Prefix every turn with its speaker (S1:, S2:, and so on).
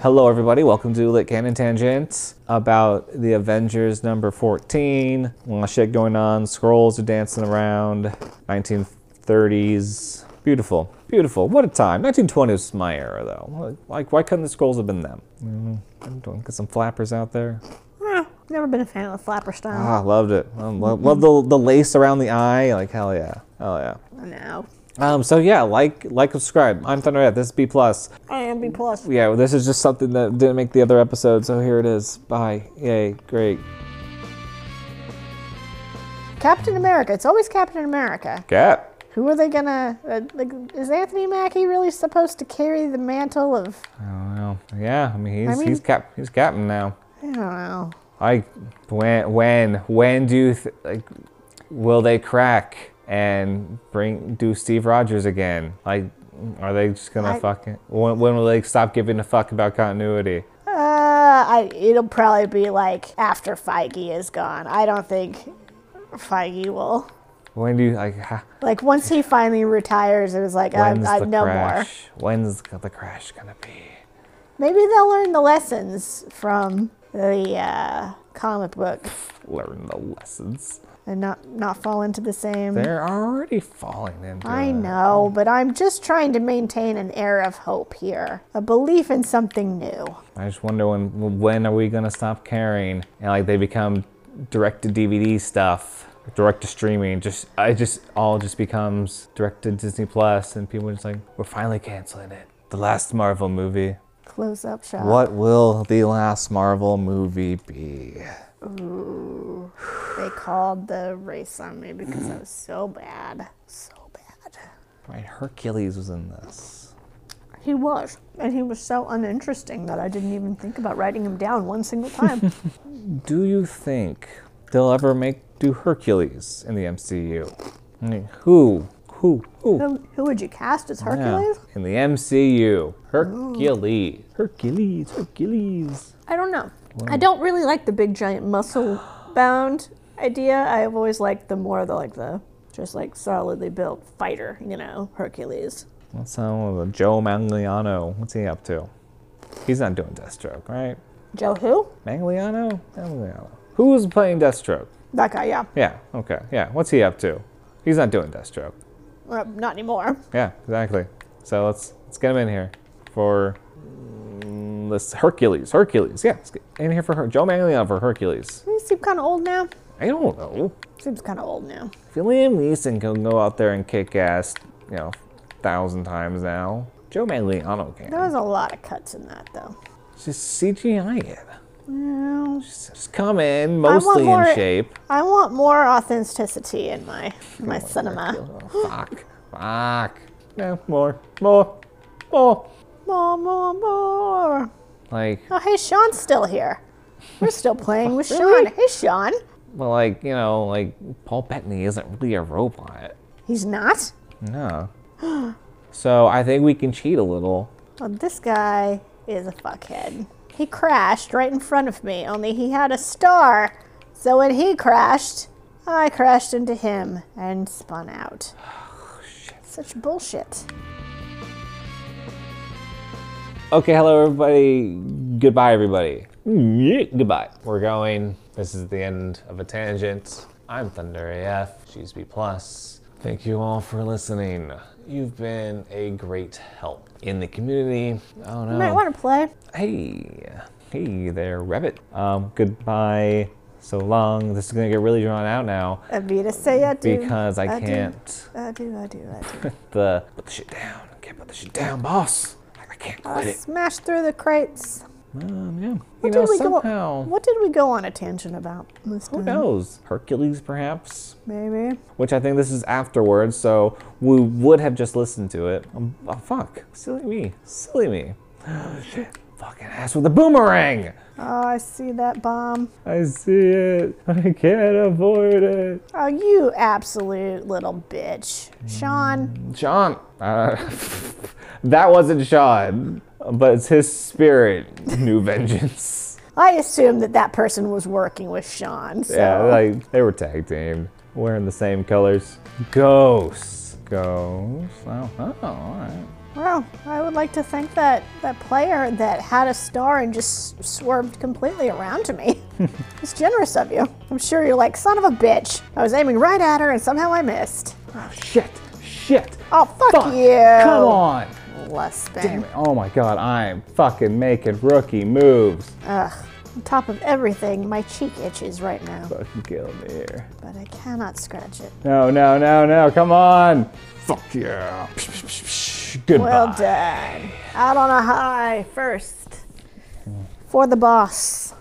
S1: Hello, everybody. Welcome to Lit Canon Tangents about the Avengers number 14. A lot of shit going on. Scrolls are dancing around. 1930s. Beautiful. Beautiful. What a time. 1920s was my era, though. Like, why couldn't the scrolls have been them? Mm, I'm doing get some flappers out there.
S2: Eh, never been a fan of the flapper style.
S1: Ah, loved it. Um, lo- loved the, the lace around the eye. Like, hell yeah. Hell yeah.
S2: No.
S1: Um, so yeah, like, like, subscribe. I'm Thunder Ed. This is B plus.
S2: I am B plus.
S1: Yeah, well, this is just something that didn't make the other episode, so here it is. Bye. Yay. Great.
S2: Captain America. It's always Captain America.
S1: Cap.
S2: Who are they gonna? Uh, like, is Anthony Mackie really supposed to carry the mantle of?
S1: I don't know. Yeah, I mean he's
S2: I mean-
S1: he's cap he's captain now.
S2: I don't know.
S1: Like when when when do you th- like will they crack and bring do Steve Rogers again? Like are they just gonna
S2: I-
S1: fucking when, when will they stop giving a fuck about continuity?
S2: Uh, I, it'll probably be like after Feige is gone. I don't think Feige will.
S1: When do you like ha,
S2: Like once he finally retires, it was like I,
S1: when's
S2: I
S1: the
S2: no more.
S1: crash? When's the crash gonna be?
S2: Maybe they'll learn the lessons from the uh, comic book
S1: Learn the lessons.
S2: and not not fall into the same.
S1: They're already falling into
S2: I
S1: it.
S2: know, but I'm just trying to maintain an air of hope here, a belief in something new.
S1: I just wonder when when are we gonna stop caring and like they become direct to DVD stuff, direct to streaming. Just I just all just becomes direct to Disney Plus, and people are just like we're finally canceling it. The last Marvel movie.
S2: Close up shop.
S1: What will the last Marvel movie be?
S2: They called the race on me because I was so bad, so bad.
S1: Right, Hercules was in this.
S2: He was, and he was so uninteresting that I didn't even think about writing him down one single time.
S1: Do you think they'll ever make do Hercules in the MCU? I mean, who? Who? Who?
S2: who, who would you cast as
S1: Yeah.
S2: Hercules?
S1: In the MCU. Hercules. Hercules. Hercules.
S2: I don't know. I don't really like the big giant muscle bound idea. I've always liked the more the like the just like solidly built fighter, you know, Hercules.
S1: What's that one with Joe Manganiello? What's he up to? He's not doing Deathstroke, right?
S2: Joe who?
S1: Mangliano? Mangliano. Who was playing Deathstroke?
S2: That guy, yeah.
S1: Yeah, okay. Yeah, what's he up to? He's not doing Deathstroke.
S2: Uh, not anymore.
S1: Yeah, exactly. So let's let's get him in here for mm, this Hercules. Hercules. Yeah, let's get in here for her- Joe Manganiello for Hercules.
S2: He seems kind of old now.
S1: I don't know.
S2: Seems kind of old now.
S1: If Liam Neeson can go out there and kick ass, you know, thousand times now, Joe Manganiello can.
S2: There was a lot of cuts in that though.
S1: Just CGI it.
S2: Well,
S1: Just, just come in mostly in
S2: more-
S1: shape.
S2: I want more authenticity in my my cinema.
S1: Oh, fuck. Fuck. No, more. More. More.
S2: More, more, more.
S1: Like,
S2: Oh, hey, Sean's still here. We're still playing with
S1: Really?
S2: Sean. Hey, Sean.
S1: well, like, you know, like, Paul Bettany isn't really a robot.
S2: He's not.
S1: No. So I think we can cheat a little.
S2: Well, this guy is a fuckhead. He crashed right in front of me, only he had a star. So when he crashed, I crashed into him and spun out. Such bullshit.
S1: Okay, hello everybody. Goodbye, everybody. Yeah, Goodbye. We're going. This is the end of a tangent. I'm Thunder AF. She's B plus. Thank you all for listening. You've been a great help in the community. Oh no.
S2: You might want to play.
S1: Hey, hey there, Rabbit. Um, goodbye. So long. This is gonna get really drawn out now
S2: Avita say I do.
S1: because I can't
S2: Do. I do, I do, I do.
S1: the put the shit down. Can't put the shit down, boss. I can't quit
S2: I'll
S1: it.
S2: smash through the crates.
S1: Um, yeah. You
S2: What
S1: know,
S2: did we
S1: somehow.
S2: go? What did we go on a tangent about? This
S1: Who
S2: time?
S1: knows? Hercules, perhaps?
S2: Maybe.
S1: Which I think this is afterwards, so we would have just listened to it. Um, oh, fuck. Silly me. Silly me. Oh, shit. Fucking ass with a boomerang!
S2: Oh, I see that bomb.
S1: I see it. I can't avoid it.
S2: Oh, you absolute little bitch, Sean.
S1: Sean. Uh, that wasn't Sean, but it's his spirit. New vengeance.
S2: I assume that that person was working with Sean. So.
S1: Yeah, like they were tag team, wearing the same colors. Ghosts. Ghosts. Oh, oh all right.
S2: Well, I would like to thank that, that player that had a star and just swerved completely around to me. it's generous of you. I'm sure you're like, son of a bitch. I was aiming right at her and somehow I missed.
S1: Oh, shit. Shit.
S2: Oh, fuck,
S1: Fuck.
S2: you.
S1: Come on.
S2: Less
S1: Damn it. Oh my god, I'm fucking making rookie moves.
S2: Ugh. On top of everything, my cheek itches right now,
S1: Fucking kill me here.
S2: but I cannot scratch it.
S1: No, no, no, no. Come on. Fuck yeah. Psh, psh, psh, psh. Goodbye.
S2: Well done. Out on a high first. For the boss.